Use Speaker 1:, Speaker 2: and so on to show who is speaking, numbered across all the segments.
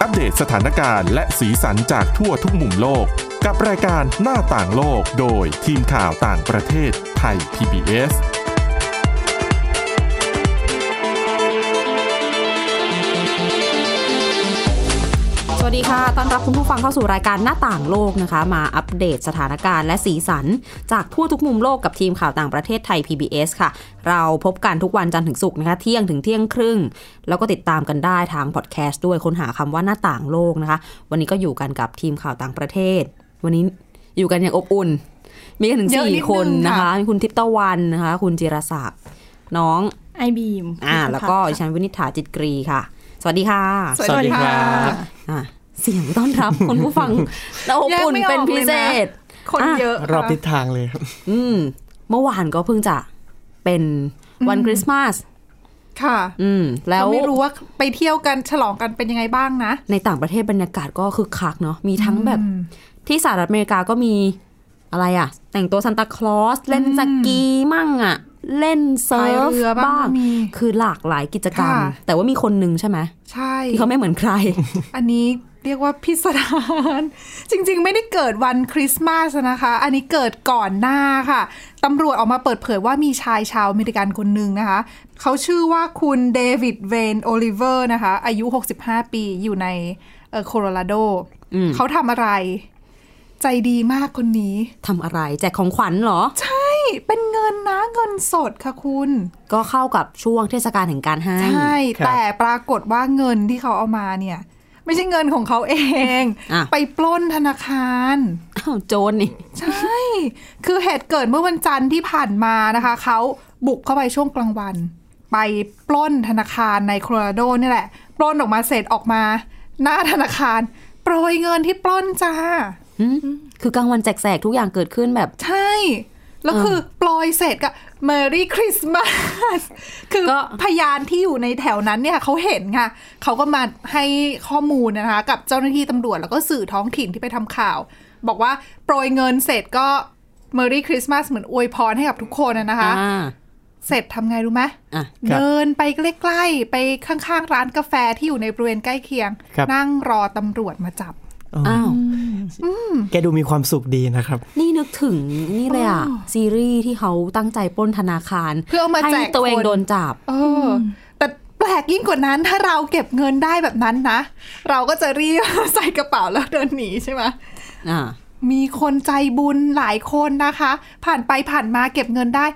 Speaker 1: อัปเดตสถานการณ์และสีสันจากทั่วทุกมุมโลก กับรายการหน้าต่างโลกโดยทีมข่าวต่างประเทศไทย PBS
Speaker 2: สวัสดีค่ะ ต้อนรับคุณผู้ฟังเข้าสู่รายการหน้าต่างโลกนะคะ มาอัปเดตสถานการณ์และสีสัน จากทั่วทุกมุมโลกกับทีมข่าวต่างประเทศไทย PBS ค่ะ เราพบกันทุกวันจันทร์ถึงศุกร์นะคะ เที่ยงถึงเที่ยงครึ่ง แล้วก็ติดตามกันได้ทางพอดแคสต์ด้วยค้นหาคำว่าหน้าต่างโลกนะคะ วันนี้ก็อยู่กันกับทีมข่าวต่างประเทศ วันนี้อยู่กันอย่างอบอุ่น มีกันถึง
Speaker 3: เยอะนิดนึ
Speaker 2: สี่
Speaker 3: ง
Speaker 2: คนนะคะ
Speaker 3: ค่ะ
Speaker 2: มีคุณทิพย์ตะวันนะคะ คุณจิรศักดิ์น้อง
Speaker 3: ไอบีม
Speaker 2: อ่าแล้วก็ดิ
Speaker 3: ค่ะ
Speaker 2: ฉันวินิษฐาจิตกรีค่ะ สวัสดีค่ะ
Speaker 3: สวัสดีค่ะ
Speaker 2: อ่ะเสียงต้อนรับ คนผู้ ฟังเราอบอุ่น
Speaker 3: แยกไม่ออก
Speaker 2: เป็นพิเศษ
Speaker 3: คน
Speaker 2: อ่ะ
Speaker 3: เยอะ
Speaker 4: รอบทิศ
Speaker 3: ค่ะ
Speaker 4: ทางเลยครับ
Speaker 2: อืมเมื่อวานก็เพิ่งจะเป็นวันคริสต์มาส
Speaker 3: ค่ะ
Speaker 2: อืม แล้
Speaker 3: แล้ว วไม่รู้ว่าไปเที่ยวกันฉลองกันเป็นยังไงบ้างนะ
Speaker 2: ในต่างประเทศบรรยากาศก็คึกคักเนาะมีทั้งแบบที่สหรัฐอเมริกาก็มีอะไรอะแต่งตัวซันตาคลอส เล่นสกีมั่งอะเล่นเซิร์ฟ
Speaker 3: พายเรือบ้างก็มี
Speaker 2: คือหลากหลายกิจกรรม
Speaker 3: ค่ะ
Speaker 2: แต่ว่ามีคนหนึ่งใช่ไหม
Speaker 3: ใช่
Speaker 2: ที่เขาไม่เหมือนใคร
Speaker 3: อันนี้เรียกว่าพิสดาร จริง ๆ ไม่ได้เกิดวันคริสต์มาสนะคะ อันนี้เกิดก่อนหน้าค่ะตำรวจออกมาเปิดเผยว่ามีชายชาวอเมริกันคนหนึ่งนะคะ เขาชื่อว่าคุณเดวิดเวนโอลิเวอร์นะคะ อายุ 65 ปีอยู่ในเอ่อโคโลราโด
Speaker 2: อืม
Speaker 3: เขาทำอะไร ใจดีมากคนนี้
Speaker 2: ทำอะไรแจกของขวัญเหรอ
Speaker 3: ใช่ เป็นเงินนะเงินสดค่ะคุณ
Speaker 2: ก็เข้ากับช่วงเทศกาลแห่งการให้
Speaker 3: ใช่
Speaker 4: ครับ
Speaker 3: แต่ปรากฏว่าเงินที่เขาเอามาเนี่ย ไม่ใช่เงินของเขาเอง
Speaker 2: อ่ะ
Speaker 3: ไปปล้นธนาคาร
Speaker 2: อ้าวโจรนี่
Speaker 3: ใช่ คือเหตุเกิดเมื่อวันจันทร์ที่ผ่านมานะคะ เขาบุกเข้าไปช่วงกลางวัน ไปปล้นธนาคารในโคโลราโดนี่แหละ ปล้นออกมาเสร็จออกมา หน้าธนาคาร โปรยเงินที่ปล้นจ้า
Speaker 2: อืมคือกลางวันแจกๆทุกอย่างเกิดขึ้นแบบ
Speaker 3: ใช่ แล้วคือโปรยเสร็จก็ Merry Christmas คือ
Speaker 2: ก็
Speaker 3: พยานที่อยู่ในแถวนั้นเนี่ยเขาเห็นค่ะ เขาก็มาให้ข้อมูลนะคะ กับเจ้าหน้าที่ตำรวจแล้วก็สื่อท้องถิ่นที่ไปทำข่าว บอกว่าโปรยเงินเสร็จก็ Merry Christmas เหมือนอวยพรให้กับทุกคนนะนะคะ
Speaker 2: อ่า
Speaker 3: เสร็จทำไงรู้ไหม
Speaker 2: อ่ะ
Speaker 4: ครับ
Speaker 3: เดินไปใกล้ๆ ไปข้างๆ ร้านกาแฟที่อยู่ในบริเวณใกล้เคียง
Speaker 4: ครับ
Speaker 3: นั่งรอตำรวจมาจับ
Speaker 4: อ๋ออ
Speaker 2: อ้าว
Speaker 4: แกดูมีความสุขดีนะครับ
Speaker 2: นี่นึกถึงนี่เลยอ่ะ
Speaker 3: อ๋อ
Speaker 2: ซีรีส์ที่เขาตั้งใจปล้นธนาคาร
Speaker 3: เพื่อเอามาแจก
Speaker 2: ให้ตัวเอง
Speaker 3: คน
Speaker 2: โดนจับ
Speaker 3: เออแต่แปลกยิ่งกว่านั้นถ้าเราเก็บเงินได้แบบนั้นนะ เราก็จะรีบ ใส่กระเป๋าแล้วเดินหนีใช่ไหม
Speaker 2: อ่า
Speaker 3: มีคนใจบุญหลายคนนะคะ ผ่านไปผ่านมาเก็บเงินได้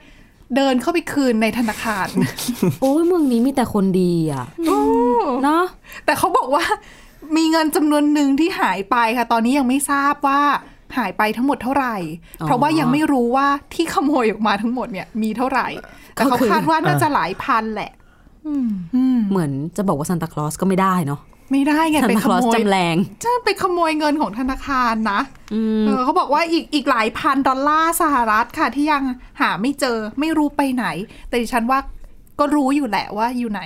Speaker 3: เดินเข้าไปคืนในธนาคาร
Speaker 2: โอ้ยเมืองนี้มีแต่คนดีอ่ะเนาะ
Speaker 3: แต่เขาบอกว่า มีเงินจำนวนหนึ่งที่หายไปค่ะ ตอนนี้ยังไม่ทราบว่าหายไปทั้งหมดเท่าไหร่ เพราะว่ายังไม่รู้ว่าที่ขโมยออกมาทั้งหมดเนี่ยมีเท่าไหร่ แต่เขาคาดว่าน่าจะหลายพันแหละ อืม
Speaker 2: เหมือนจะบอกว่าซานตาคลอสก็ไม่ได้เนาะ
Speaker 3: ไม่ได้ไง
Speaker 2: ซาน
Speaker 3: ไป
Speaker 2: ตา
Speaker 3: ข
Speaker 2: คลอส
Speaker 3: โมย
Speaker 2: จำแรง
Speaker 3: ใช่ไปขโมยเงินของธนาคารนะ
Speaker 2: อืม
Speaker 3: เออเขาบอกว่าอีกอีกหลายพันดอลลาร์สหรัฐค่ะ ที่ยังหาไม่เจอไม่รู้ไปไหน แต่ดิฉันว่าก็รู้อยู่แหละว่าอยู่ไหน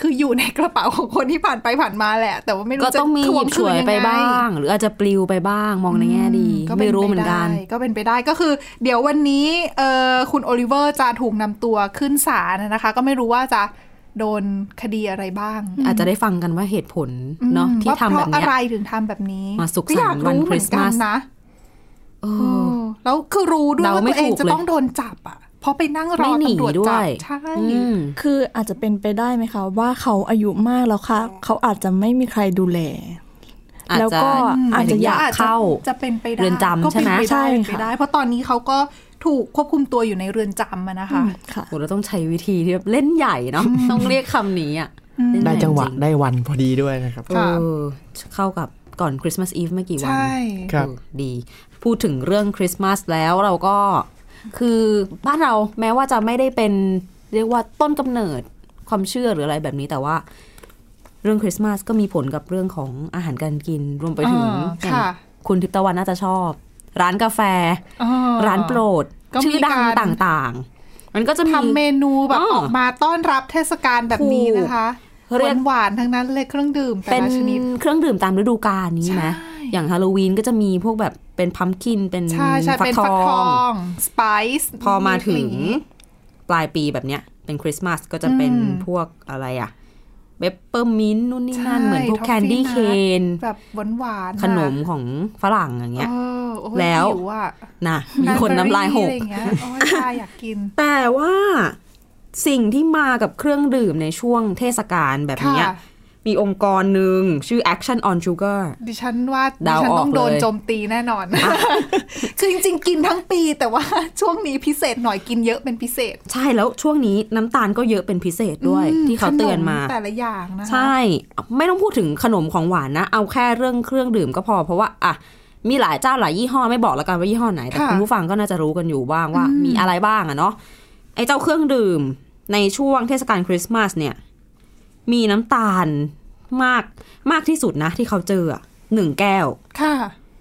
Speaker 3: คืออยู่ในกระเป๋าของคนที่ผ่านไปผ่านมาแหละ แต่ว่าไม่รู้
Speaker 2: ก็
Speaker 3: จะ
Speaker 2: ต้องมี
Speaker 3: ท
Speaker 2: ห
Speaker 3: ว
Speaker 2: ยิ
Speaker 3: ง
Speaker 2: บฉ
Speaker 3: คืน
Speaker 2: วย
Speaker 3: ยัง
Speaker 2: ไป
Speaker 3: ไง
Speaker 2: บ้าง หรืออาจจะปลิวไปบ้างมองในแง่ดี
Speaker 3: ก็ป็
Speaker 2: ไม่
Speaker 3: ปด้
Speaker 2: รู้เหมือนกัน
Speaker 3: ก็เป็นไปได้ก็คือ เดี๋ยววันนี้เออคุณโอลิเวอร์จะถูกนำตัวขึ้นศาลนะคะ ก็ไม่รู้ว่าจะโดนคดีอะไรบ้าง
Speaker 2: อาจจะได้ฟังกันว่าเหตุผลเนาะที่
Speaker 3: ว่า
Speaker 2: ทำ
Speaker 3: เพ
Speaker 2: แบ
Speaker 3: ราะ
Speaker 2: บ
Speaker 3: อะ
Speaker 2: เนี้ย
Speaker 3: ไรถึงทำแบบนี้
Speaker 2: มาสุขสันต์
Speaker 3: ก็อยาก
Speaker 2: วัน
Speaker 3: รู้เหมือนกั
Speaker 2: ค
Speaker 3: น
Speaker 2: ริสต์มาส
Speaker 3: นะ
Speaker 2: เอ
Speaker 3: เอ
Speaker 2: อ
Speaker 3: อแล้วคือรู้ด้วย
Speaker 2: เดา
Speaker 3: ว่า
Speaker 2: ไม่
Speaker 3: ตัวเอง
Speaker 2: ถูก
Speaker 3: จะ
Speaker 2: เลย
Speaker 3: ต้องโดนจับอ่ะ เพราะไปนั่งร
Speaker 2: ไม่
Speaker 3: อ
Speaker 2: หนี
Speaker 3: ตำรวจ
Speaker 2: ด้ว
Speaker 3: จับ
Speaker 2: ย
Speaker 3: ใช่
Speaker 2: อืม
Speaker 5: คืออาจจะเป็นไปได้ไหมคะว่าเขาอายุมากแล้วค่ะ เขาอาจจะไม่มีใคครดูแล
Speaker 2: อาจ
Speaker 5: แล้ว
Speaker 2: จะ
Speaker 5: ก็อาจจะ
Speaker 2: อยาก
Speaker 5: อยาก
Speaker 2: เข้า
Speaker 3: จะเป็นไปได้
Speaker 2: เรือนจำ
Speaker 3: ก็ป็
Speaker 2: ใช่ไหม
Speaker 3: ปด้
Speaker 5: ใช่
Speaker 3: เป็นไป
Speaker 5: ค่ะ
Speaker 3: ได้ เพราะตอนนี้เขาก็ถูกควบคุมตัวอยู่ในเรือนจำอะนะคะ
Speaker 5: ค่ะ
Speaker 2: โหเราต้องใช้วิธีที่แบบเล่นใหญ่เนาะต้องเรียกคำนี้อ่ะเล่นใญ่
Speaker 4: ได้จังหวะ
Speaker 2: ริๆ
Speaker 4: ได้วันพอดีด้วยนะครับ
Speaker 2: เออเข้ากับก่อนคริสต์มาสอีฟไม่กี่วัน
Speaker 3: ใช่
Speaker 4: ครับ
Speaker 2: เออดีพูดถึงเรื่องคริสต์มาสแล้วเราก็คือบ้านเราแม้ว่าจะไม่ได้เป็นเรียกว่าต้นกำเนิดความเชื่อหรืออะไรแบบนี้แต่ว่า เรื่องคริสต์มาสก็มีผลกับเรื่องของอาหารการกินรวมไปถึง
Speaker 3: อ่า
Speaker 2: อย่าง
Speaker 3: ค่ะ
Speaker 2: คุณทิพย์ตะวันน่าจะชอบ ร้านกาแฟ
Speaker 3: อ่
Speaker 2: ร้านโปรด
Speaker 3: ก็มี
Speaker 2: ชื่อดัง
Speaker 3: การ
Speaker 2: ต่างๆ มันก็จะมี
Speaker 3: ทำเมนูแบบ
Speaker 2: อ๋อ
Speaker 3: ออกมาต้อนรับเทศกาลแบบนี้นะคะ
Speaker 2: ถูกเรียก
Speaker 3: หวานๆทั้งนั้นเลยเครื่องดื่มแต่
Speaker 2: เป็น
Speaker 3: ละชนิด
Speaker 2: เครื่องดื่มตามฤดูกาลนี้ไหม
Speaker 3: ใช่
Speaker 2: อย่างฮาโลวีนก็จะมีพวกแบบเป็นพัมคินเป็น
Speaker 3: ใช่ใช่
Speaker 2: ฟัก
Speaker 3: เป็
Speaker 2: ท
Speaker 3: นฟักท
Speaker 2: อ
Speaker 3: อง งสไปซ์
Speaker 2: พอมาถึงปลายปีแบบเนี้ย เป็นคริสต์มาสก็จะเป็นพวกอะไรอะ เบเปอร์มินต์นู่นนี่นั่น
Speaker 3: ใช่
Speaker 2: เหมือนพวก
Speaker 3: ท็อฟฟี่
Speaker 2: แคนดี้
Speaker 3: นัท
Speaker 2: เคน
Speaker 3: แบบหวานๆ
Speaker 2: ขนม
Speaker 3: อะ
Speaker 2: ของฝรั่งอย่างเงี้ย
Speaker 3: เออโอ้ย
Speaker 2: แล้ว
Speaker 3: หิวอะ
Speaker 2: นะมีคนน้ำลายห
Speaker 3: อะ
Speaker 2: ก
Speaker 3: ไรองเงี้ยโอ้ยตายอยากกิน
Speaker 2: แต่ว่าสิ่งที่มากับเครื่องดื่มในช่วงเทศกาลแบบเนี้ย
Speaker 3: ค่ะ
Speaker 2: มีองค์กรหนึ่งชื่อ Action on Sugar
Speaker 3: ดิฉันว่าดิ
Speaker 2: เดา
Speaker 3: ฉัน
Speaker 2: ออก
Speaker 3: ต้องโดน
Speaker 2: เลย
Speaker 3: โจมตีแน่นอน คือจริงๆ กินทั้งปีแต่ว่า ช่วงนี้พิเศษหน่อยกินเยอะเป็นพิเศษ
Speaker 2: ใช่แล้วช่วงนี้น้ำตาลก็เยอะเป็นพิเศษด้วย
Speaker 3: ม
Speaker 2: ที่เขาเตือนมา
Speaker 3: ขแต่ละอย่างนะคะ
Speaker 2: ใช่ ไม่ต้องพูดถึงขนมของหวานนะ เอาแค่เรื่องเครื่องดื่มก็พอ เพราะว่าอ่ะมีหลายเจ้าหลายยี่ห้อไม่บอกแล้วกันว่ายี่ห้อไหน แต่คุณผู้ฟังก็น่าจะรู้กันอยู่บ้างว่ามีอะไรบ้างอะเนาะไอ้เจ้าเครื่องดื่มในช่วงเทศกาลคริสต์มาสเนี่ย มีน้ำตาลมากมากที่สุดนะ ที่เขาเจออะหนึ่งแก้ว
Speaker 3: ค่ะ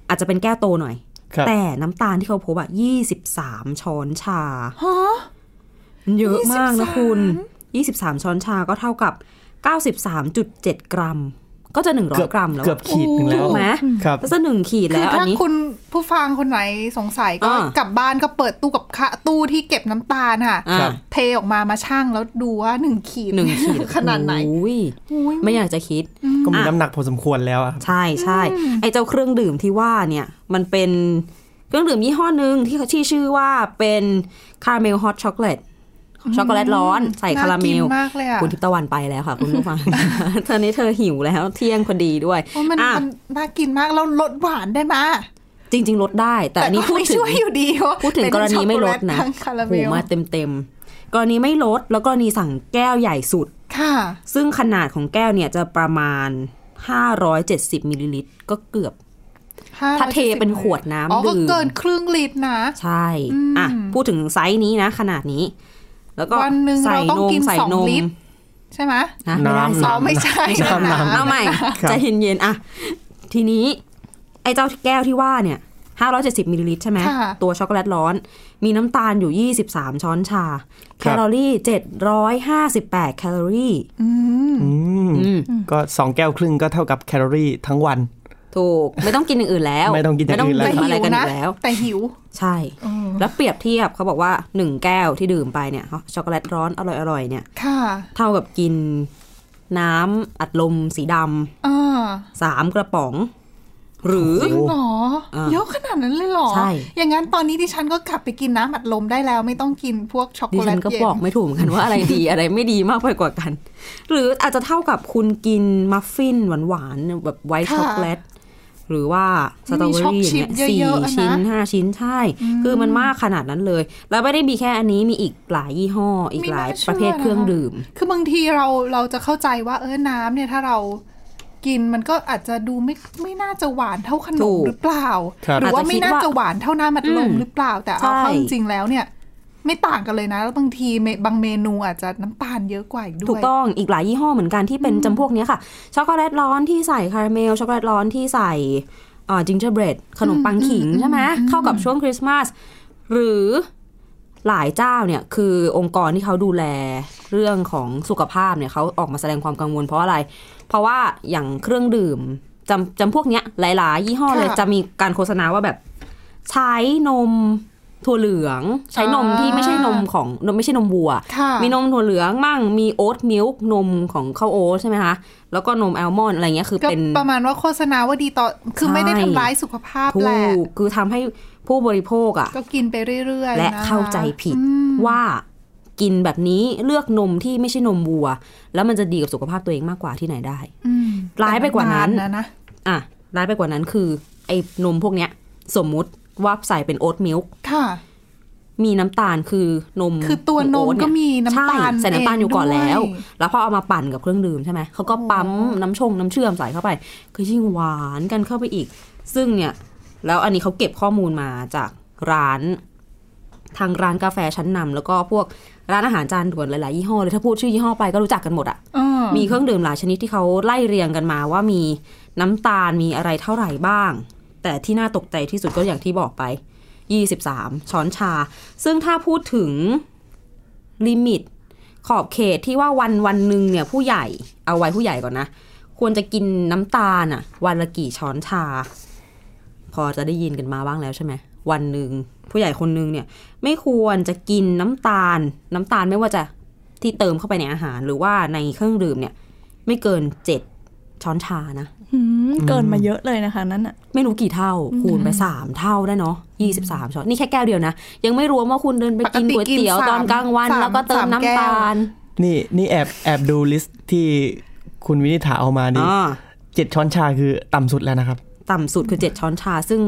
Speaker 2: อาจจะเป็นแก้วโตหน่อย
Speaker 4: ครับ
Speaker 2: แต่น้ำตาลที่เขาพบอะยี่สิบสามช้อนชา
Speaker 3: ฮะ
Speaker 2: เยอะมากนะคุณ 23 ช้อนชาก็เท่ากับ 93.7 กรัม ก็จะ
Speaker 4: เกือบ
Speaker 2: 100 กรัมแล้ว
Speaker 4: เกือบขีดหนึ่งแล้
Speaker 2: ถู
Speaker 4: ว
Speaker 2: กไหม
Speaker 4: ครับ
Speaker 2: ก็จะหนึ่งขีด
Speaker 3: คื
Speaker 2: แล้
Speaker 3: อ
Speaker 2: วอัน
Speaker 3: ถ้า
Speaker 2: นี้
Speaker 3: คุณผู้ฟังคนไหนสงสัยก็
Speaker 2: อ่าก
Speaker 3: ลับบ้านก็เปิดตู้กับข้าตู้ที่เก็บน้ำตาลค่ะ
Speaker 2: อ่า
Speaker 3: เทออกมามาชั่งแล้วดูว่าหนึ่งขีด
Speaker 2: หนึ่งขีด
Speaker 3: ขนาดไหน
Speaker 2: อุ๊ย
Speaker 3: อุ๊ย
Speaker 2: ไม่อยากจะคิด
Speaker 4: ก็มี
Speaker 2: อ่ะ
Speaker 4: น้ำหนักพอสมควรแล้วอะ
Speaker 2: ใช่ใช่ไอ้เจ้าเครื่องดื่มที่ว่าเนี่ย มันเป็นเครื่องดื่มยี่ห้อหนึ่งที่ที่ชื่อว่าเป็นคาราเมลฮอตช็อกโกแลตช็อกโกแลตร้อนใส่คาราเม
Speaker 3: น่
Speaker 2: ล
Speaker 3: กินมากเลยอ่ะ
Speaker 2: คุณทิพย์ตะวันไปแล้วค่ะ คุณผู้ฟัง ตอนนี้เธอหิวแล้วเที่ยงพอดีด้วย
Speaker 3: โอ้ยมัน
Speaker 2: อ่ะ
Speaker 3: มันน่ากินมากแล้วลดหวานได้มา
Speaker 2: จริง ๆ ลดได้ แต่อันนี้
Speaker 3: ก็
Speaker 2: พูด
Speaker 3: ไม่
Speaker 2: ถึง
Speaker 3: ช่วยอยู่ดีเพราะ
Speaker 2: พูดถึง
Speaker 3: เป็
Speaker 2: กรณีไม่ลดนะ
Speaker 3: ช็อกโกแลตทั้งคาราเม
Speaker 2: โห
Speaker 3: ล
Speaker 2: มาเต็มเต็มๆกรณีไม่ลดแล้วกรณีสั่งแก้วใหญ่สุด
Speaker 3: ค่ะ
Speaker 2: ซึ่งขนาดของแก้วเนี่ยจะประมาณ 570มิลลิลิตรก็เกือบ ถ้าเทเป็นขวดน้ำดื่ม
Speaker 3: อ๋อก็เกินครึ่งลิตรนะ
Speaker 2: ใช่อ่ะพูดถึงไซส์นี้นะขนาดนี้ แล้วก็
Speaker 3: วันหนึ่ง
Speaker 2: ใส่
Speaker 3: เราต้อง
Speaker 2: นม
Speaker 3: กิน
Speaker 2: ใส่
Speaker 3: สอง
Speaker 2: นม
Speaker 3: ลิตร ใช่ไหม
Speaker 2: นะไม่ได้
Speaker 4: น้ำ
Speaker 2: สิ
Speaker 3: อ๋อไม่ใช่
Speaker 4: น้ำ
Speaker 3: นะ
Speaker 4: น้ำ
Speaker 2: เอาใหม่
Speaker 4: ครับ
Speaker 2: ใจเย็นๆอ่ะทีนี้ ไอ้เจ้าแก้วที่ว่าเนี่ย 570มิลลิลิตรใช่ไหม
Speaker 3: ค่ะ
Speaker 2: ตัวช็อกโกแลตร้อน มีน้ำตาลอยู่ 23 ช้อนชา แคลอรี่ 758 แคลอรี่
Speaker 4: อืม
Speaker 2: อืม
Speaker 4: ก็สองแก้วครึ่งก็เท่ากับแคลอรี่ทั้งวัน
Speaker 2: ถูก ไม่ต้องกินอย่างอื่นแล้ว
Speaker 4: ไม่ต้องกินอย่างอื่นแล้ว
Speaker 2: ไม่ต้งดื่มอะไรกันอีกแล้ว
Speaker 3: แต่หิว
Speaker 2: ใช่ แล้วเปรียบเทียบเขาบอกว่าหนึ่งแก้วที่ดื่มไปเนี่ยช็อกโกแลตร้อนอร่อยๆเนี่ย
Speaker 3: ค่ะ
Speaker 2: เท่ากับกินน้ำอัดลมสีด
Speaker 3: อ่า
Speaker 2: ำสามกระป๋อง หรือ
Speaker 3: จริงเหรอ
Speaker 2: อ่า
Speaker 3: เยอะขนาดนั้นเลยเหรอ
Speaker 2: ใช่
Speaker 3: อย่างนั้นตอนนี้ดิฉันก็กลับไปกินน้ำอัดลมได้แล้ว ไม่ต้องกินพวกช็อกโก
Speaker 2: ดิ
Speaker 3: แล
Speaker 2: ฉั
Speaker 3: ต
Speaker 2: นก็
Speaker 3: เย็น
Speaker 2: บอกไม่ถูกเหมือนกันว่าอะไรดี อะไรไม่ดีมากไปกว่ากัน หรืออาจจะเท่ากับคุณกินมัฟฟินหวานๆแบบไวท์ช็อกโกแลตหรือว่าสตรอเบอรี่อย่างเนี่ยสี่ชิ้นห้าชิ้นใช่ คือมันมากขนาดนั้นเลย แล้วไม่ได้มีแค่อันนี้มีอีกหลายยี่ห้อ อีกหลายประเภทเครื่องดื่ม
Speaker 3: คือบางทีเราเราจะเข้าใจว่าเออน้ำเนี่ยถ้าเรากินมันก็อาจจะดูไม่ไม่น่าจะหวานเท่าขน
Speaker 2: ถู
Speaker 3: ม
Speaker 2: ก
Speaker 3: หรือเปล่า
Speaker 4: ครับ
Speaker 3: หรือว่าไม่น่าจะหวานเท่าน้ำอัดลม
Speaker 2: อืม
Speaker 3: หรือเปล่า แต่เอา
Speaker 2: ใช่
Speaker 3: เข้าจริงๆแล้วเนี่ย ไม่ต่างกันเลยนะ แล้วบางทีเมบางเมนูอาจจะน้ำตาลเยอะกว่าอีกด้วย
Speaker 2: ถูกต้องอีกหลายยี่ห้อเหมือนกันที่เป็นจำพวกเนี้ยค่ะ ช็อกโกแลตร้อนที่ใส่คาราเมล ช็อกโกแลตร้อนที่ใส่จิงเจอร์เบรดขนมปังขิงใช่ไหมเข้ากับช่วงคริสต์มาสหรือหลายเจ้าเนี่ยคือองค์กรที่เขาดูแลเรื่องของสุขภาพเนี่ยเขาออกมาแสดงความกังวลเพราะอะไร เพราะว่าอย่างเครื่องดื่มจำจำพวกเนี้ยหลาย ๆ ยี่ห้อเลย
Speaker 3: ค่ะ
Speaker 2: จะมีการโฆษณาว่าแบบใช้นมถั่วเหลือง ใช้นมที่ไม่ใช่นมของนมไม่ใช่นมวัว
Speaker 3: ค่ะ
Speaker 2: มีนมถั่วเหลืองมั่งมีโอ๊ตมิลค์นมของข้าวโอ๊ตใช่ไหมคะ แล้วก็นมแอลมอนด์อะไรเงี้ยคือ
Speaker 3: ก็
Speaker 2: เป็น
Speaker 3: ประมาณว่าโฆษณาว่าดีต่อ คือ
Speaker 2: ใช่
Speaker 3: ไม่ได้ทำร้ายสุขภาพ
Speaker 2: ถู
Speaker 3: แหละ
Speaker 2: กคือทำให้ผู้บริโภคอ่ะ
Speaker 3: ก็กินไปเรื่อยๆ
Speaker 2: และ
Speaker 3: นค
Speaker 2: เข้าใจผิด
Speaker 3: อืม
Speaker 2: ว่ากินแบบนี้เลือกนมที่ไม่ใช่นมวัว แล้วมันจะดีกับสุขภาพตัวเองมากกว่าที่ไหนได้
Speaker 3: อืม
Speaker 2: ร้ายไปกว่านั้น
Speaker 3: แต่นะ
Speaker 2: อ่ะร้ายไปกว่านั้นคือไอ้นมพวกเนี้ยสมมุติว่าใส่เป็นโอ๊ตมิลค์
Speaker 3: ค่ะ
Speaker 2: มีน้ำตาลคือนม
Speaker 3: คือตัวนม
Speaker 2: โอ๊ตเย
Speaker 3: ก็มีน้ำตาล
Speaker 2: ใช่ใส่น้ำตาลอยู่ก่อนแล้ว
Speaker 3: เงด้ย
Speaker 2: แล้วพอเอามาปั่นกับเครื่องดื่มใช่ไหมเขาก็ปั๊มน้ำชงน้ำเชื่อมใส่เข้าไป คือยิ่งหวานกันเข้าไปอีก ซึ่งเนี่ย แล้วอันนี้เขาเก็บข้อมูลมาจากร้าน ทางร้านกาแฟชั้นนำแล้วก็พวกร้านอาหารจานด่วนหลายๆยี่ห้อเลยถ้าพูดชื่อยี่ห้อไปก็รู้จักกันหมดอะ
Speaker 3: เออ
Speaker 2: มีเครื่องดื่มหลายชนิดที่เขาไล่เรียงกันมาว่ามีน้ำตาลมีอะไรเท่าไหร่บ้าง แต่ที่น่าตกใจที่สุดก็อย่างที่บอกไป 23 ช้อนชา ซึ่งถ้าพูดถึงลิมิต ขอบเขตที่ว่าวันวันหนึ่งเนี่ย ผู้ใหญ่เอาไว้ผู้ใหญ่ก่อนนะ ควรจะกินน้ำตาลอ่ะ วันละกี่ช้อนชา พอจะได้ยินกันมาบ้างแล้วใช่ไหมวันหนึ่งผู้ใหญ่คนหนึงเนี่ย ไม่ควรจะกินน้ำตาล น้ำตาลไม่ว่าจะที่เติมเข้าไปในอาหารหรือว่าในเครื่องดื่มเนี่ย ไม่เกินเจ็ดช้อนชานะ
Speaker 5: หืมเกินมาเยอะเลยนะคะ นั่นอ่ะ
Speaker 2: ไม่รู้กี่เท่า คูณไปสามเท่าได้เนาะยี่สิบสามช้อนนี่แค่แก้วเดียวนะ ยังไม่รวมว่าคุณเดินไปกินก๋วยเตี๋ยว
Speaker 3: ปกติกิน
Speaker 2: ตอนกลางวัน
Speaker 3: สาม
Speaker 2: แล้วก็เติม
Speaker 3: สามแก้
Speaker 2: น้ำ
Speaker 3: ว
Speaker 2: ตาล
Speaker 4: นี่นี่แอบแอบดูลิสต์ที่คุณวินิษฐาเอามาดิ
Speaker 2: อ่า
Speaker 4: เจ็ดช้อนชาคือต่ำสุดแล้วนะครับ
Speaker 2: ต่ำสุดคือเจ็ดช้อนชาซึ่ง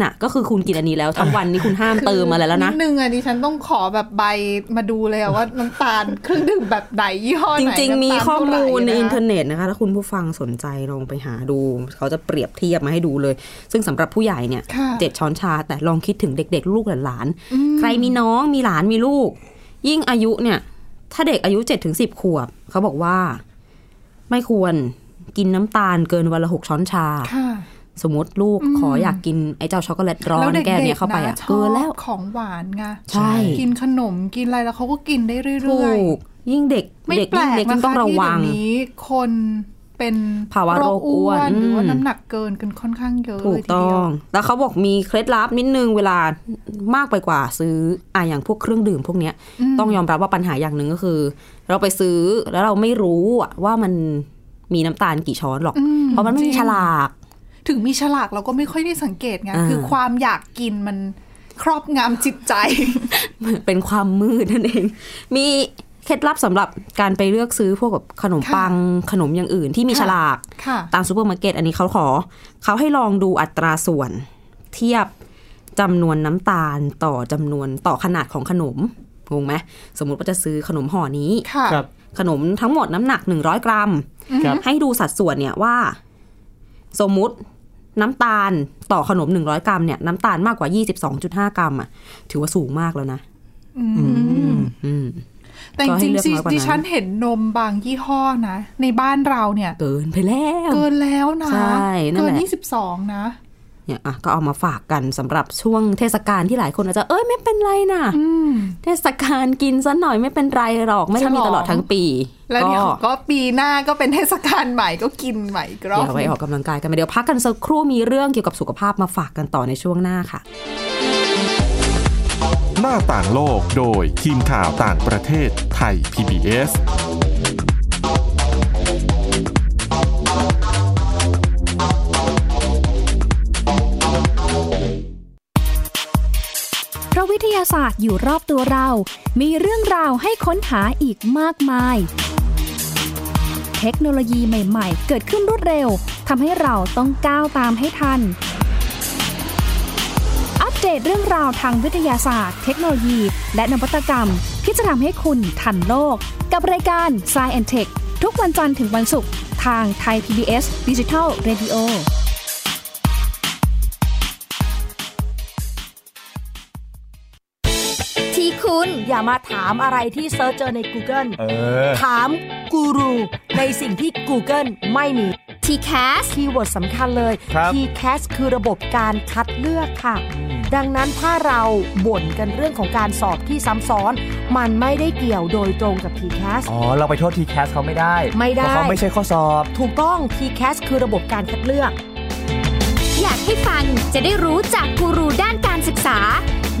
Speaker 2: น่ะ ก็คือคุณกินอันนี้แล้วทั้งวันนี้คุณห้ามเติมอะไรแล้วนะ
Speaker 3: ดนึงอ่ะดิฉันต้องขอแบบใบมาดูเลยอะว่า น้ำตาลเครื่องดื่มแบบไหนยี่ห้อไหน
Speaker 2: จริง ๆ มี
Speaker 3: น้ำตา
Speaker 2: ข้อมูลในอินเทอ
Speaker 3: เท่าไห
Speaker 2: ร์เน็ต
Speaker 3: ร่ะคะ
Speaker 2: นะคะ ถ้าคุณผู้ฟังสนใจลองไปหาดู เขาจะเปรียบเทียบมาให้ดูเลย ซึ่งสำหรับผู้ใหญ่เนี่ย
Speaker 3: ค่ะ
Speaker 2: เจ็ดช้อนชา แต่ลองคิดถึงเด็ก ๆ ลูกหลานๆใครมีน้องมีหลานมีลูก ยิ่งอายุเนี่ย ถ้าเด็กอายุเจ็ดถึงสิบขวบ เขาบอกว่า ไม่ควรกินน้ำตาลเกินวันละหกช้อนชา
Speaker 3: ค่ะ
Speaker 2: สมมติลูกขออยากกินไอ้เจ้าช็อกโกแลตร้อน
Speaker 3: ล้วด็กๆ
Speaker 2: แก้วเนี่ยเข้าไปอ่ะ
Speaker 3: ชบ
Speaker 2: เกินแล้ว
Speaker 3: ของหวานไง
Speaker 2: ใช่
Speaker 3: กินขนมกินอะไรแล้วเขาก็กินได้เรื่
Speaker 2: ถู
Speaker 3: อย
Speaker 2: กยิ่งเด็ก
Speaker 3: ๆ ไม่
Speaker 2: เด็ก
Speaker 3: แปล
Speaker 2: ยิ่ง
Speaker 3: ก
Speaker 2: เล็ก
Speaker 3: นะ
Speaker 2: ยิ่งต้อ
Speaker 3: คะ
Speaker 2: งระ
Speaker 3: ที่
Speaker 2: วั
Speaker 3: เดี๋ย
Speaker 2: ง
Speaker 3: วนี้คนเป็น
Speaker 2: ภาวะโรคอ้วน
Speaker 3: หรือว่า
Speaker 2: อืม
Speaker 3: น้ำหนักเกินกันค่อนข้างเยอะ
Speaker 2: ถู
Speaker 3: เล
Speaker 2: ก
Speaker 3: ยที
Speaker 2: ต้อ
Speaker 3: เดียว
Speaker 2: ง แล้วเขาบอกมีเคล็ดลับนิดนึงเวลามากไปกว่าซื้ออ่ะอย่างพวกเครื่องดื่มพวกเนี้ย
Speaker 3: อืม
Speaker 2: ต้องยอมรับว่าปัญหาอย่างหนึ่งก็คือ เราไปซื้อแล้วเราไม่รู้อะว่ามันมีน้ำตาลกี่ช้อนหรอก
Speaker 3: อื
Speaker 2: เพราะมันไม่มี
Speaker 3: จง
Speaker 2: ฉลาก
Speaker 3: ถึงมีฉลากเราก็ไม่ค่อยได้สังเกตไง
Speaker 2: อ่า
Speaker 3: คือความอยากกินมันครอบงำจิตใจ
Speaker 2: เป็นความมืดนั่นเอง มีเคล็ดลับสำหรับการไปเลือกซื้อพวกแบบขนม
Speaker 3: ค่ะ
Speaker 2: ปังขนมอย่างอื่นที่มี
Speaker 3: ค่ะ
Speaker 2: ฉลาก
Speaker 3: ค่ะ
Speaker 2: ตามซูเปอร์มาร์เก็ตอันนี้เขาขอ เขาให้ลองดูอัตราส่วน เทียบจำนวนน้ำตาลต่อจำนวนต่อขนาดของขนมงงไหมสมมติว่าจะซื้อขนมห่อนี้
Speaker 3: ค่ะ
Speaker 4: ครับ
Speaker 2: ขนมทั้งหมดน้ำหนัก 100 กรัม
Speaker 4: ครับ
Speaker 2: ให้ดูสัดส่วนเนี่ยว่า สมมุติน้ำตาลต่อขนม 100 กรัมเนี่ยน้ำตาลมากกว่า 22.5 กรัมอ่ะถือว่าสูงมากแล้วนะ อืม
Speaker 3: แต่จริ
Speaker 2: ก็
Speaker 3: ง
Speaker 2: ให้เลือกน้อยกว่านั้น
Speaker 3: ๆดิฉันเห็นนมบางยี่ห้อนะ ในบ้านเราเนี่ย
Speaker 2: เกินไปแล้ว
Speaker 3: เกินแล้วนะ
Speaker 2: ใช่นั่นแหละ
Speaker 3: เกินยี่สิบสองนะ
Speaker 2: เนี่ยอ่ะก็เอามาฝากกันสำหรับช่วงเทศกาลที่หลายคนอาจจะเอ้ยไม่เป็นไรนะ
Speaker 3: อืม
Speaker 2: เทศกาลกินซะหน่อยไม่เป็นไรหรอก ไม่ได้มี
Speaker 3: ฉลอง
Speaker 2: ตลอดทั้งปี
Speaker 3: แล้ว
Speaker 2: ก็
Speaker 3: เดี๋ยวก็ปีหน้าก็เป็นเทศกาลใหม่ก็กินใหม่อีกรอบ
Speaker 2: เดี๋ยวไปออกกำลังกายกันไปเดี๋ยวพักกันสักครู่มีเรื่องเกี่ยวกับสุขภาพมาฝากกันต่อในช่วงหน้าค่ะ
Speaker 1: หน้าต่างโลกโดยทีมข่าวต่างประเทศไทย PBS
Speaker 6: เพราะวิทยาศาสตร์อยู่รอบตัวเรา มีเรื่องราวให้ค้นหาอีกมากมาย เทคโนโลยีใหม่ ๆ เกิดขึ้นรวดเร็ว ทำให้เราต้องก้าวตามให้ทัน อัปเดตเรื่องราวทางวิทยาศาสตร์ เทคโนโลยี และนวัตกรรม ที่จะทำให้คุณทันโลก กับรายการ s c i e n d Tech ทุกวันจันทร์ถึงวันศุกร์ทางไทย PBS Digital Radio
Speaker 7: ที่คุณอย่ามาถามอะไรที่เซิร์ชเจอใน Google ถามกูรูในสิ่งที่ Google ไม่มี
Speaker 6: t c a s
Speaker 7: คีย์เวิร์ดสำคัญเลย
Speaker 4: ครับ
Speaker 7: T-CAS คือระบบการคัดเลือกค่ะ ดังนั้นถ้าเราบ่นกันเรื่องของการสอบที่ซ้ำซ้อน มันไม่ได้เกี่ยวโดยตรงกับ T-CAS
Speaker 8: อ๋อ เราไปโทษทีแคสเขาไม่ได้
Speaker 7: ไม่ได้
Speaker 8: เพราะเขาไม่ใช่ข้อสอบ
Speaker 7: ถูกต้อง T-CAS คือระบบการคัดเลือก
Speaker 6: อยากให้ฟังจะได้รู้จากกูรูด้านการศึกษา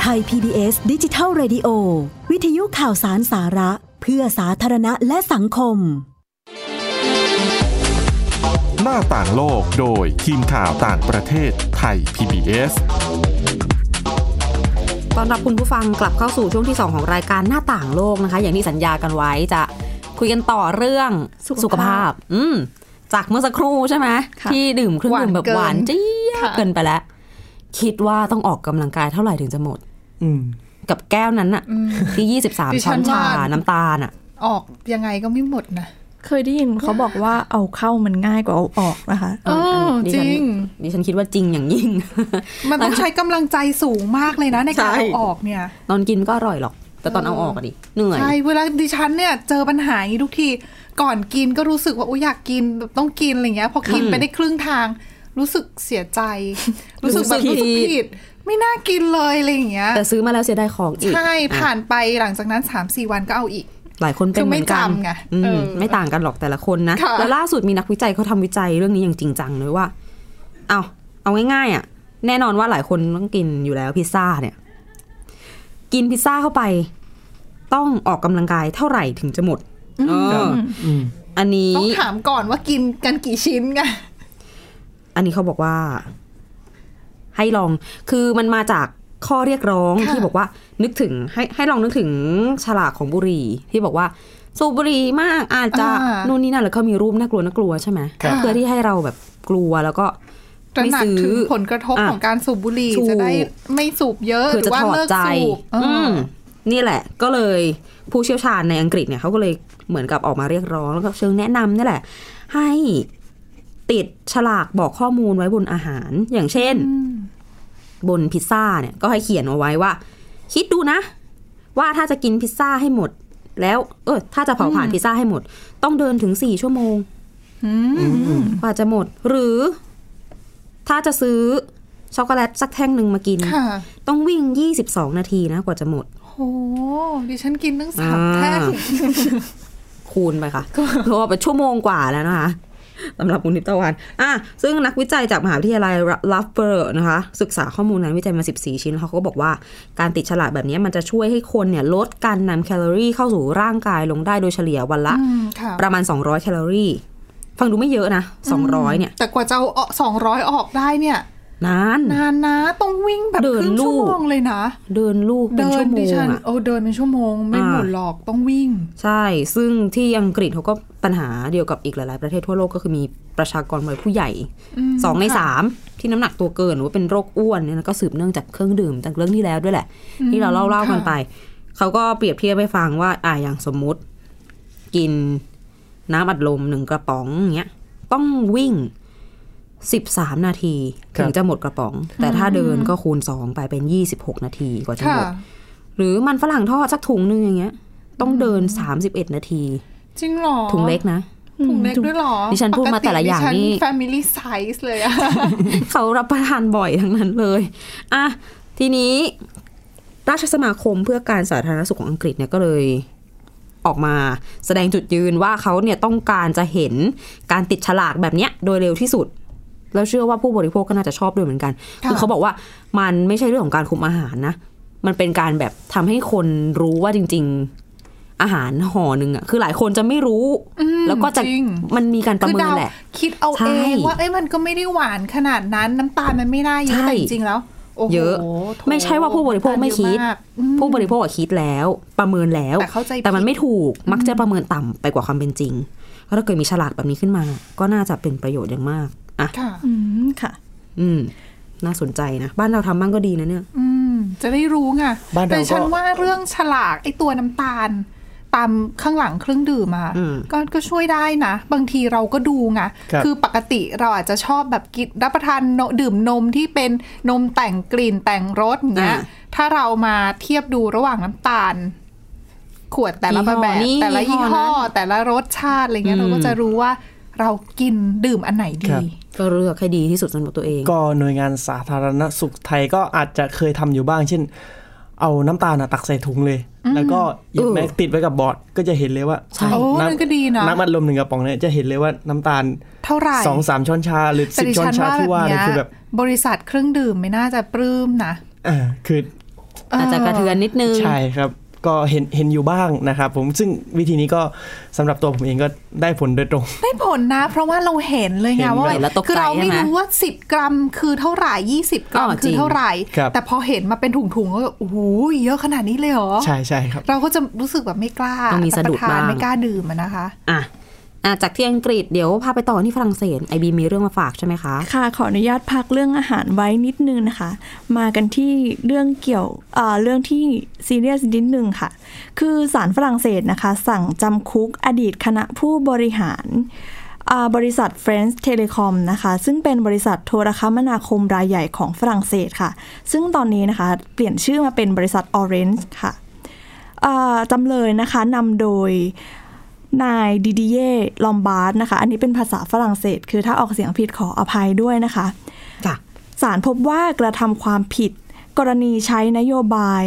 Speaker 9: ไทย PBS ดิจิทัล Radio วิทยุข่าวสารสาระ เพื่อสาธารณะและสังคม
Speaker 1: หน้าต่างโลกโดยทีมข่าวต่างประเทศไทย PBS
Speaker 2: ตอนรับคุณผู้ฟังกลับเข้าสู่ช่วงที่ 2 ของรายการหน้าต่างโลกนะคะ อย่างที่สัญญากันไว้จะคุยกันต่อเรื่อง
Speaker 5: สุขภาพ
Speaker 2: อืมจากเมื่อสักครู่ใช่ไหม
Speaker 5: ค่ะ
Speaker 2: ที่ดื่มเครื่องดื่มแบบหวานเจี๊ยบ
Speaker 3: ค่ะ
Speaker 2: เกินไปแล้ว คิดว่าต้องออกกำลังกายเท่าไหร่ถึงจะหมด
Speaker 4: อืม
Speaker 2: กับแก้วนั้นอะที่
Speaker 3: ดิ
Speaker 2: 23
Speaker 3: ฉั
Speaker 2: ช้อน
Speaker 3: น
Speaker 2: ชา
Speaker 3: ว่า
Speaker 2: น้ำตาลอะ
Speaker 3: ออกยังไงก็ไม่หมดนะ
Speaker 5: เคยได้ยินเขาบอกว่าเอาเข้ามันง่ายกว่าเอาออกนะคะ
Speaker 3: เออ
Speaker 2: ดิ
Speaker 3: จ
Speaker 2: ฉัน
Speaker 3: ริง
Speaker 2: ดิฉันคิดว่าจริงอย่างยิ่ง
Speaker 3: มันต้องใช้กำลังใจสูงมากเลยนะในการ
Speaker 2: ใช่
Speaker 3: เอาออกเนี่ย
Speaker 2: ตอนกินมันก็อร่อยหรอก แต่ตอนเอาออกอะดิเหนื่อย
Speaker 3: ใช่ เวลาดิฉันเนี่ยเจอปัญหาอย่างนี้ทุกที ก่อนกินก็รู้สึกว่าอุ้ยอยากกินแบบต้องกินอะไรเงี้ย พอกินไปได้ครึ่งทาง รู้สึกเสีย ใจ รู้สึกแบบ
Speaker 2: รู้
Speaker 3: รู้
Speaker 2: สึ
Speaker 3: สึ
Speaker 2: ก
Speaker 3: ก
Speaker 2: ผิด
Speaker 3: ผิด ไม่น่ากินเลยอะไรอย่างเงี้ย
Speaker 2: แต่ซื้อมาแล้วเสียดายของอีก
Speaker 3: ใช่
Speaker 2: อ่ะ
Speaker 3: ผ่านไปหลังจากนั้น3าสี่วันก็เอาอีก
Speaker 2: หลายคนเป็นเหมือนกัน
Speaker 3: คือไม่จำไง
Speaker 2: อืม
Speaker 3: เออ
Speaker 2: ไม่ต่างกันหรอกแต่ละคนนะ
Speaker 3: ค่ะ
Speaker 2: แล้วล่าสุดมีนักวิจัยเขาทำวิจัยเรื่องนี้อย่างจริงจังเลยว่า เอาเอาง่ายๆอ่ะ แน่นอนว่าหลายคนต้องกินอยู่แล้วพิซซ่าเนี่ย กินพิซซ่าเข้าไป ต้องออกกำลังกายเท่าไหร่ถึงจะหมดเออออันนี้
Speaker 3: ต้องถามก่อนว่ากินกันกี่ชิ้นไง
Speaker 2: อันนี้เขาบอกว่า ให้ลองคือมันมาจากข้อเรียกร้อง
Speaker 3: ค่ะ
Speaker 2: ที่บอกว่า นึกถึงให้ให้ลองนึกถึงฉลากของบุหรี่ ที่บอกว่า สูบบุหรี่มากอาจจะนู่นนี่นั่นแล้วเขามีรูปน่ากลัวน่ากลัวใช่ไหมเพื่อที่ให้เราแบบกลัวแล้วก็
Speaker 3: ตระ
Speaker 2: ไม่
Speaker 3: หนัก
Speaker 2: ซื้อ
Speaker 3: ถึงผลกระทบ
Speaker 2: อ่ะ
Speaker 3: ของการสูบบุหรี่
Speaker 2: ถูก
Speaker 3: จะได้ไม่สูบเยอะห
Speaker 2: เพื่อ
Speaker 3: รื
Speaker 2: จะ
Speaker 3: อว่า
Speaker 2: ถอด
Speaker 3: เลิก
Speaker 2: ใจ
Speaker 3: สูบเออ
Speaker 2: ม
Speaker 3: อ
Speaker 2: นี่แหละ ก็เลยผู้เชี่ยวชาญในอังกฤษเนี่ยเขาก็เลยเหมือนกับออกมาเรียกร้องแล้วก็เชิงแนะนำนี่แหละ ให้ติดฉลากบอกข้อมูลไว้บนอาหาร อย่างเช่น บนพิซซ่าเนี่ยก็ให้เขียนเอาไว้ว่า คิดดูนะ ว่าถ้าจะกินพิซซ่าให้หมด แล้ว เออถ้าจะเผาผ่านพิซซ่าให้หมด ต้องเดินถึงสี่ชั่วโมง กว่าจะหมด หรือ ถ้าจะซื้อช็อกโกแลตสักแท่งหนึ่งมากิน
Speaker 3: ค่ะ
Speaker 2: ต้องวิ่ง 22 นาทีนะ กว่าจะหมด
Speaker 3: โหดิฉันกินตั้งสาม
Speaker 2: อ่า
Speaker 3: แท่ง
Speaker 2: คูณไปค่ะ รวมไปชั่วโมงกว่าแล้วนะคะสำหรับคุณทิพย์ตะวันอ่ะซึ่งนักวิจัยจากมหาวิทยาลัยลัฟเฟอร์นะคะ ศึกษาข้อมูลงานวิจัยมา 14 ชิ้นแล้วเขาก็บอกว่าการติดฉลากแบบนี้มันจะช่วยให้คนเนี่ยลดการนำแคลอรี่เข้าสู่ร่างกายลงได้โดยเฉลี่ยวันละ
Speaker 3: อืมค่ะ
Speaker 2: ประมาณ 200 แคลอรี่ ฟังดูไม่เยอะนะ 200 เนี่ย
Speaker 3: แต่กว่าจะเอาสองร้อยออกได้เนี่ย
Speaker 2: นาน
Speaker 3: นานนะต้องวิ่งแบบ
Speaker 2: เดิน
Speaker 3: ครึ่งชั่ว
Speaker 2: ลู่
Speaker 3: โมงเลยนะ
Speaker 2: เดินลูกเป็น
Speaker 3: เดิ
Speaker 2: ชั่
Speaker 3: น
Speaker 2: วโม
Speaker 3: ดิ
Speaker 2: ง
Speaker 3: ฉัน
Speaker 2: อะ
Speaker 3: โอ้เดินเป็นชั่วโมง ไม่
Speaker 2: อ่า
Speaker 3: หมดหรอกต้องวิ่ง
Speaker 2: ใช่ ซึ่งที่อังกฤษเขาก็ปัญหาเดียวกับอีกหลาย ๆ ประเทศทั่วโลกก็คือมีประชากรวัยผู้ใหญ่สองในสามที่น้ำหนักตัวเกินหรือว่าเป็นโรคอ้วนเนี่ยนะก็สืบเนื่องจากเครื่องดื่มจากเรื่องที่แล้วด้วยแหละ ที่เราเล่าเล่าๆกันไป เขาก็เปรียบเทียบให้ฟังว่า อ่าอย่างสมมุติ กินน้ำอัดลมหนึ่งกระป๋องอย่างเงี้ยต้องวิ่งสิบสามนาที
Speaker 4: ครั
Speaker 2: ถึ
Speaker 4: บ
Speaker 2: งจะหมดกระป๋อง แต่ถ้าเดินก็คูณสองไปเป็นยี่สิบหกนาทีกว่าจะหม
Speaker 3: ค่ะ
Speaker 2: ด หรือมันฝรั่งทอดสักถุงนึงอย่างเงี้ย ต้องเดิน 31 นาที
Speaker 3: จริงเหรอ
Speaker 2: ถุงเล็กนะ
Speaker 3: ถุงเล็กด้วยเหรอ
Speaker 2: ดิฉันพูดมาแต่ละอย่างนี่
Speaker 3: ปกติดิฉั family size เลยอะ
Speaker 2: เขารับประทานบ่อยทั้งนั้นเลยอ่ะทีนี้ราชสมาคมเพื่อการสาธารณสุขของอังกฤษเนี่ยก็เลยออกมาแสดงจุดยืนว่าเขาเนี่ยต้องการจะเห็นการติดฉลากแบบเนี้ยโดยเร็วที่สุด แล้วเชื่อว่าผู้บริโภคก็น่าจะชอบด้วยเหมือนกัน
Speaker 3: ค่ะ
Speaker 2: คือเขาบอกว่ามันไม่ใช่เรื่องของการคุมอาหารนะ มันเป็นการแบบทำให้คนรู้ว่าจริง ๆ อาหารห่อหนึ่งอะคือหลายคนจะไม่รู้ แล้วก็จะ
Speaker 3: จริง
Speaker 2: มันมีการประ
Speaker 3: คือ
Speaker 2: เมิน
Speaker 3: เดา
Speaker 2: แหละ
Speaker 3: คิดเอา
Speaker 2: ใช่
Speaker 3: เองว่าเอ้ยมันก็ไม่ได้หวานขนาดนั้นน้ำตาลมันไม่น่าเย
Speaker 2: ใช่
Speaker 3: อะแต่จริงๆแล้วโอ้โห
Speaker 2: เยอะ
Speaker 3: โถ
Speaker 2: ไม่ใช่ว่าผู้บริโภคไม่คิด
Speaker 3: น้ำตาลเยอะากอืม
Speaker 2: ผู้บริโภคอะคิดแล้ว ประเมินแล้ว
Speaker 3: แต่เข้าใจผิด
Speaker 2: แต่มันไม่ถูกมักจะประเมินต่ำไปกว่าความเป็นจริงแล้วถ้าเกิดมีฉลากแบบนี้ขึ้นมา ก็น่าจะเป็นประโยชน์อย่างมากอ่ะ
Speaker 3: ค่ะ
Speaker 5: อืมค่ะ
Speaker 2: อืม น่าสนใจนะ บ้านเราทำบ้างก็ดีนะเนี่ย
Speaker 3: อืม จะได้รู้ไง
Speaker 8: บ้านเราก็
Speaker 3: แต่ฉันว่าเรื่องฉลากไอ้ตัวน้ำตาล ตามข้างหลังเครื่องดื่มอะ
Speaker 2: อืม
Speaker 3: ก็ก็ช่วยได้นะ บางทีเราก็ดูไง
Speaker 4: ครับ
Speaker 3: อปกติเราอาจจะชอบแบบกินรับประทานนมดื่มนมที่เป็นนมแต่งกลิ่นแต่งรสอย่างเงี้ยถ้าเรามาเทียบดูระหว่างน้ำตาล ขวดแต่ละ
Speaker 2: ยี่ห้อ
Speaker 3: แบบ
Speaker 2: นี้
Speaker 3: แต่ละ
Speaker 2: ยี่
Speaker 3: ยี่
Speaker 2: ห้อ
Speaker 3: ห้อ
Speaker 2: นั้น
Speaker 3: แต่ละรสชาติอะไรเงี้ย
Speaker 2: อืม
Speaker 3: เราก็จะรู้ว่าเรากินดื่มอันไหน
Speaker 4: ครั
Speaker 3: ดี
Speaker 4: บ
Speaker 2: ก็เลือกให้ดีที่สุดสำหรับตัวเอง
Speaker 4: ก็หน่วยงานสาธารณสุขไทยก็อาจจะเคยทำอยู่บ้าง เช่น เอาน้ำตาลน่ะตักใส่ถุงเลย แล้วก็หยิบ
Speaker 2: เออ
Speaker 4: แม็กติดไว้กับบอร์ดก็จะเห็นเลยว่า
Speaker 2: ใช่
Speaker 3: โอ้นั่นก็ดีนะ
Speaker 4: น้ำมันลมหนึ่งกระป๋องเนี่ยจะเห็นเลยว่าน้ำตาล
Speaker 3: เท่าไหร่
Speaker 4: สองสามช้อนชาหรือ
Speaker 3: แต่
Speaker 4: สิบ
Speaker 3: ดิ
Speaker 4: ช้อ
Speaker 3: ฉั
Speaker 4: น
Speaker 3: น
Speaker 4: ชา
Speaker 3: ว่า
Speaker 4: ที่ว่า
Speaker 3: แบ
Speaker 4: เนี่ย
Speaker 3: บ
Speaker 4: คือ
Speaker 3: เนี้
Speaker 4: แบ
Speaker 3: ย
Speaker 4: บ
Speaker 3: ริษัทเครื่องดื่มไม่น่าจะปลื้มนะ
Speaker 4: อ่าคือ
Speaker 2: อาจจะกระเทือนนิดนึง
Speaker 4: ใช่ครับ ก็เห็นเห็นอยู่บ้างนะครับผมซึ่งวิธีนี้ก็สำหรับตัวผมเองก็ได้ผลโดยตรง
Speaker 3: ได้ผลนะ เพราะว่าเราเห็นเลยไง
Speaker 4: เห็น
Speaker 3: ว่า
Speaker 4: แบบ
Speaker 2: แล้วตกใจ
Speaker 3: คือเราไม่
Speaker 2: ใช่ไหม
Speaker 3: รู้ว่า 10 กรัมคือเท่าไหร่ 20 กรัม
Speaker 2: อ๋อจริง
Speaker 3: คือเท่าไหร่
Speaker 4: ครับ
Speaker 3: แต่พอเห็นมาเป็นถุงๆก็แบบโอ้โหเยอะขนาดนี้เลยเหรอ
Speaker 4: ใช่ใช่ครับ
Speaker 3: เราก็จะรู้สึกแบบไม่กล้า
Speaker 2: ต้องมีสะดุด
Speaker 3: รับประทาน
Speaker 2: บ้าง
Speaker 3: ไม่กล้าดื่มอะนะคะ
Speaker 2: อ่ะอ่ะจากที่อังกฤษเดี๋ยวพาไปต่อที่ฝรั่งเศสไอบีมีเรื่องมาฝากใช่ไหมคะ
Speaker 5: ค่ะขออนุญาตพักเรื่องอาหารไว้นิดนึงนะคะ มากันที่เรื่องเกี่ยวเอ่อเรื่องที่ซีเรียสนิดนึงค่ะ คือศาลฝรั่งเศสนะคะ สั่งจำคุกอดีตคณะผู้บริหารอ่าบริษัท French Telecom นะคะ ซึ่งเป็นบริษัทโทรคมนาคมรายใหญ่ของฝรั่งเศสค่ะ ซึ่งตอนนี้นะคะเปลี่ยนชื่อมาเป็นบริษัท Orange ค่ะอ่าจำเลยนะคะนำโดย นายดิดิเย่ลอมบาร์ดนะคะ อันนี้เป็นภาษาฝรั่งเศส คือถ้าออกเสียงผิดขออภัยด้วยนะคะ
Speaker 2: ค่ะ
Speaker 5: ศาลพบว่ากระทำความผิด กรณีใช้นโยบาย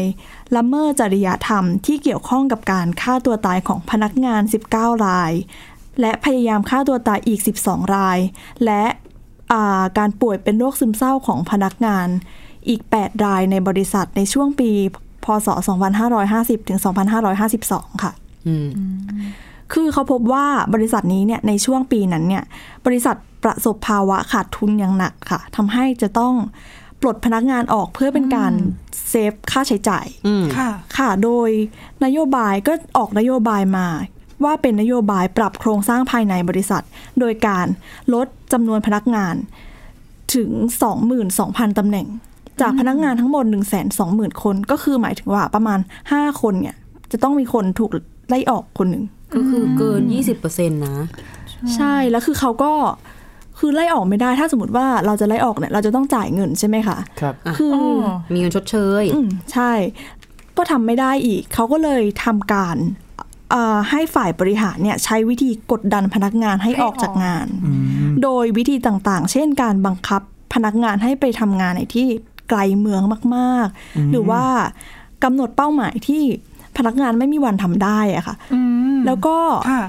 Speaker 5: ละเมิดจริยธรรมที่เกี่ยวข้องกับการฆ่าตัวตายของพนักงาน 19 ราย และพยายามฆ่าตัวตายอีก 12 ราย และอ่าการป่วยเป็นโรคซึมเศร้าของพนักงานอีก 8 รายในบริษัทในช่วงปี พศ 2550 ถึง 2552 ค่ะ
Speaker 2: อืม
Speaker 5: คือเขาพบว่าบริษัทนี้เนี่ยในช่วงปีนั้นเนี่ยบริษัทประสบภาวะขาดทุนอย่างหนักค่ะทำให้จะต้องปลดพนักงานออกเพื่อเป็นการเซฟค่าใช้จ่าย
Speaker 2: อืม
Speaker 3: ค่ะ
Speaker 5: ค่ะ โดยนโยบายก็ออกนโยบายมา ว่าเป็นนโยบายปรับโครงสร้างภายในบริษัท โดยการลดจำนวนพนักงานถึง 22,000ตำแหน่ง จากพนักงานทั้งหมด 120,000 คน ก็คือหมายถึงว่าประมาณ 5 คนเนี่ยจะต้องมีคนถูกไล่ออกคนหนึ่ง
Speaker 2: ก็คือเกิน 20%นะ
Speaker 5: ใช่ แล้วคือเขาก็คือไล่ออกไม่ได้ ถ้าสมมติว่าเราจะไล่ออกเนี่ยเราจะต้องจ่ายเงินใช่ไหมคะ
Speaker 4: ครับ
Speaker 2: อ่ะ
Speaker 5: คืออ
Speaker 2: มีเงินชดเชย
Speaker 5: อืมใช่ ก็ทำไม่ได้อีก เขาก็เลยทำการเอ่อให้ฝ่ายบริหารเนี่ยใช้วิธีกดดันพนักงานให้
Speaker 3: ให้
Speaker 5: อ
Speaker 3: อ
Speaker 5: อ
Speaker 3: อก ก
Speaker 5: จากงาน โดยวิธีต่างๆ เช่นการบังคับพนักงานให้ไปทำงานในที่ไกลเมืองมากๆ หรือว่ากำหนดเป้าหมายที่พนักงานไม่มีวันทำได้อะค่ะ
Speaker 3: อืม
Speaker 5: แล้วก็
Speaker 3: ค่ะ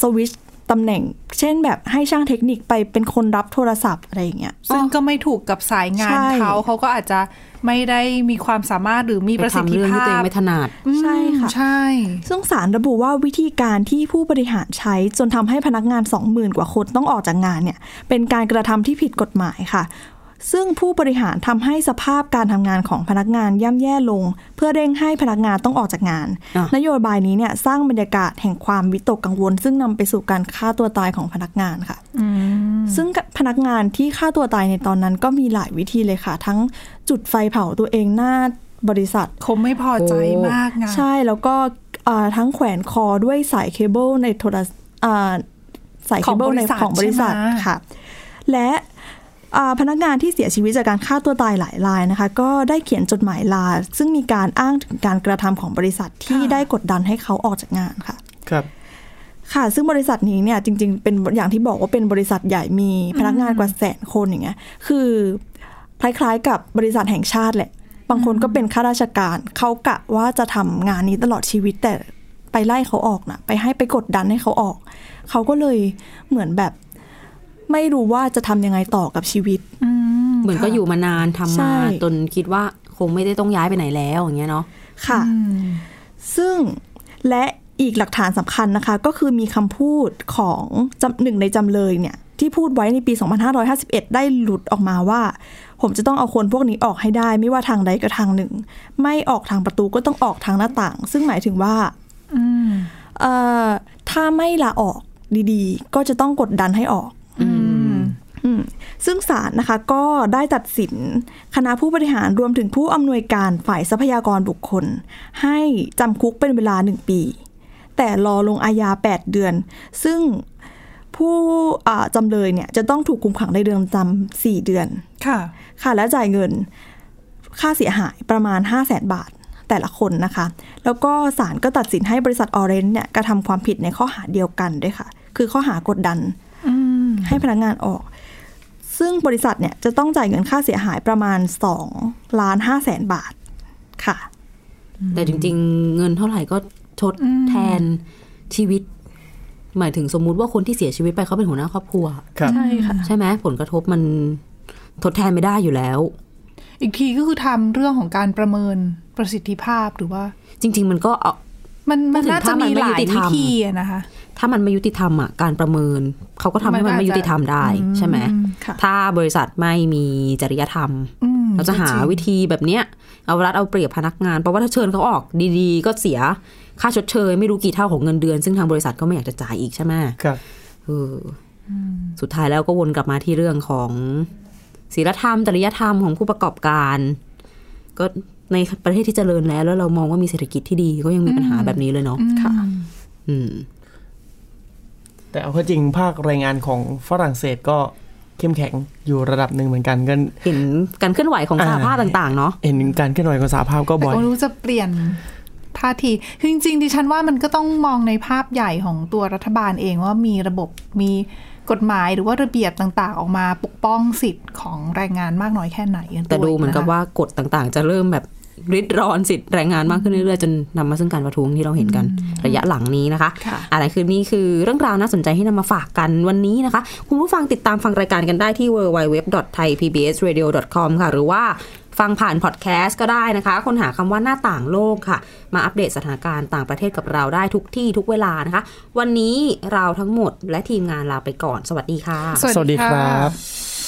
Speaker 5: สวิชตำแหน่ง เช่นแบบให้ช่างเทคนิคไปเป็นคนรับโทรศัพท์อะไรอย่างเงี้ย
Speaker 3: ซึ่งก็ไม่ถูกกับสายงาน
Speaker 5: ใช่
Speaker 3: เขาเขาก็อาจจะไม่ได้มีความสามารถหรือมี
Speaker 2: ไป
Speaker 3: ประสิท
Speaker 2: ทำ
Speaker 3: ธิ
Speaker 2: เรื่องที่
Speaker 3: ภา
Speaker 2: ตัวเอง
Speaker 3: พ
Speaker 2: ไม่ถนัด
Speaker 3: อืม
Speaker 5: ใช่ค่ะ
Speaker 3: ใช่
Speaker 5: ซึ่งสารระบุว่าวิธีการที่ผู้บริหารใช้จนทำให้พนักงาน 20,000 กว่าคนต้องออกจากงานเนี่ย เป็นการกระทำที่ผิดกฎหมายค่ะ ซึ่งผู้บริหารทำให้สภาพการทำงานของพนักงานย่ำแย่ลง เพื่อเร่งให้พนักงานต้องออกจากงาน
Speaker 2: อ่ะ
Speaker 5: นโยบายนี้เนี่ยสร้างบรรยากาศแห่งความวิตกกังวล ซึ่งนำไปสู่การฆ่าตัวตายของพนักงานค่ะ ซึ่งพนักงานที่ฆ่าตัวตายในตอนนั้นก็มีหลายวิธีเลยค่ะ ทั้งจุดไฟเผาตัวเองหน้าบริษัท
Speaker 3: คงไม่พอใจมากไง
Speaker 5: ใช่แล้วก็อ่าทั้งแขวนคอด้วยสายเคเบิลในโทรศอ่าสายเคเบิลในของบริษัทค่ะ และอ่าพนักงานที่เสียชีวิตจากการฆ่าตัวตายหลายรายนะคะ ก็ได้เขียนจดหมายลา ซึ่งมีการอ้างถึงการกระทำของบริษัทที่ได้กดดันให้เขาออกจากงานค่ะ
Speaker 4: ครับ
Speaker 5: ค่ะ ซึ่งบริษัทนี้เนี่ยจริง ๆ เป็นอย่างที่บอกว่าเป็นบริษัทใหญ่มีพนักงานกว่าแสนคนอย่างเงี้ย คือคล้ายๆกับบริษัทแห่งชาติแหละ บางคนก็เป็นข้าราชการ เขากะว่าจะทำงานนี้ตลอดชีวิตแต่ไปไล่เขาออกนะไปให้ไปกดดันให้เขาออก เขาก็เลยเหมือนแบบไม่รู้ว่าจะทำยังไงต่อกับชีวิต
Speaker 2: เหมือนก็อยู่มานานทำ
Speaker 5: ใช่
Speaker 2: มาจนคิดว่าคงไม่ได้ต้องย้ายไปไหนแล้วอย่างเงี้ยเนาะ
Speaker 5: ค่ะ ซึ่งและอีกหลักฐานสำคัญนะคะ ก็คือมีคำพูดของจำหนึ่งในจำเลยเนี่ย ที่พูดไว้ในปี 2551 ได้หลุดออกมาว่า ผมจะต้องเอาคนพวกนี้ออกให้ได้ ไม่ว่าทางใดก็ทางหนึ่ง ไม่ออกทางประตูก็ต้องออกทางหน้าต่าง ซึ่งหมายถึงว่าเอ่อถ้าไม่ลาออกดีๆ ก็จะต้องกดดันให้ออก อืมซึ่งศาลนะคะก็ได้ตัดสินคณะผู้บริหารรวมถึงผู้อำนวยการฝ่ายทรัพยากรบุคคล ให้จำคุกเป็นเวลา 1 ปี แต่รอลงอาญา 8 เดือน ซึ่งผู้อ่าจำเลยเนี่ยจะต้องถูกคุมขังในเรือนจำ4 เดือน
Speaker 3: ค่ะ
Speaker 5: ค่ะและจ่ายเงินค่าเสียหายประมาณ 5 0 0แสนบาทแต่ละคนนะคะ แล้วก็ศาลก็ตัดสินให้บริษัทออเรนเนี่ยกระทำความผิดในข้อหาเดียวกันด้วยค่ะ คือข้อหากดดันให้พนักงานออก ซึ่งบริษัทเนี่ยจะต้องจ่ายเงินค่าเสียหายประมาณ2ล้าน5แสนบาทค่ะ
Speaker 2: แต่จริง ๆ เงินเท่าไหร่ก็ชดแทนชีวิต หมายถึงสมมุติว่าคนที่เสียชีวิตไปเขาเป็นหัวหน้าครอบครัว
Speaker 4: ครับ
Speaker 5: ใช่ค่ะ
Speaker 2: ใช่ไหมผลกระทบมันทดแทนไม่ได้อยู่แล้ว
Speaker 3: อีกทีก็คือทำเรื่องของการประเมินประสิทธิภาพหรือว่า
Speaker 2: จริง ๆ มันก็เอา
Speaker 3: มันมัน
Speaker 2: พูดถึง
Speaker 3: น่าจะ
Speaker 2: ถ้ามัน
Speaker 3: มี
Speaker 2: ไม่
Speaker 3: ห
Speaker 2: ยุ
Speaker 3: ลาย
Speaker 2: ติธร
Speaker 3: วิ
Speaker 2: รม
Speaker 3: ธีอะนะคะ
Speaker 2: ถ้ามันไม่ยุติธรรมอ่ะการประเมินเขาก็ทำให้
Speaker 3: มัน
Speaker 2: มัน
Speaker 3: ก็อาจจะ
Speaker 2: ไม่ยุติธรรมได้ใช่ไหม
Speaker 5: ค่ะ
Speaker 2: ถ้าบริษัทไม่มีจริยธรรม
Speaker 3: อืม
Speaker 2: เราจะหา
Speaker 3: จริง
Speaker 2: วิธีแบบเนี้ยเอารัดเอาเปรียบพนักงานเพราะว่าถ้าเชิญเขาออกดีๆ ก็เสียค่าชดเชยไม่รู้กี่เท่าของเงินเดือน ซึ่งทางบริษัทก็ไม่อยากจะจ่ายอีกใช่ไหม
Speaker 4: ครับ
Speaker 2: เอออสุดท้ายแล้วก็วนกลับมาที่เรื่องของศีลธรรม จริยธรรมของผู้ประกอบการ ก็ในประเทศที่เจริญแล้วแล้วเรามองว่ามีเศรษฐกิจที่ดีก็ยังมีปัญหาแบบนี้เลยเนาะ
Speaker 5: ค่ะ
Speaker 2: อืม
Speaker 4: แต่เอาเข้าจริงภาคแรายงานของฝรั่งเศสก็เข้มแข็งอยู่ระดับหนึ่งเหมือนกันก็
Speaker 2: เห็นการเคลื่อนไหวของสหภาพ
Speaker 4: อ่า
Speaker 2: ต่าง ๆ เนาะ
Speaker 4: เห็นการเคลื่อนไหวของสาภาพก็
Speaker 3: แต่
Speaker 4: บ่อย
Speaker 3: ก็ไม่รู้จะเปลี่ยน ท่าทีคือจริงๆดิฉันว่ามันก็ต้องมองในภาพใหญ่ของตัวรัฐบาลเองว่ามีระบบมีกฎหมายหรือว่าระเบียบต่างๆ ออกมาปกป้องสิทธิ์ของแรงงานมากน้อยแค่ไหนกัน
Speaker 2: แต่
Speaker 3: วย
Speaker 2: ดูเหมือนกับ
Speaker 3: ะคะ
Speaker 2: ว่ากฎต่างๆ จะเริ่มแบบริดรอนสิทธิ์แรงงานมากขึ้นเรื่อยๆ จนนำมาซึ่งการประท้วงที่เราเห็นกันระยะหลังนี้นะคะ
Speaker 5: ค่ะ
Speaker 2: อะไรคือนี่คือเรื่องราวน่าสนใจที่นำมาฝากกันวันนี้นะคะ คุณผู้ฟังติดตามฟังรายการกันได้ที่ www.thaipbsradio.com ค่ะ หรือว่าฟังผ่านพอดแคสต์ก็ได้นะคะค้นหาคำว่าหน้าต่างโลกค่ะ มาอัปเดตสถานการณ์ต่างประเทศกับเราได้ทุกที่ทุกเวลานะคะ วันนี้เราทั้งหมดและทีมงานลาไปก่อน สวัสดีค่ะ
Speaker 4: สวัสดีคะ รับ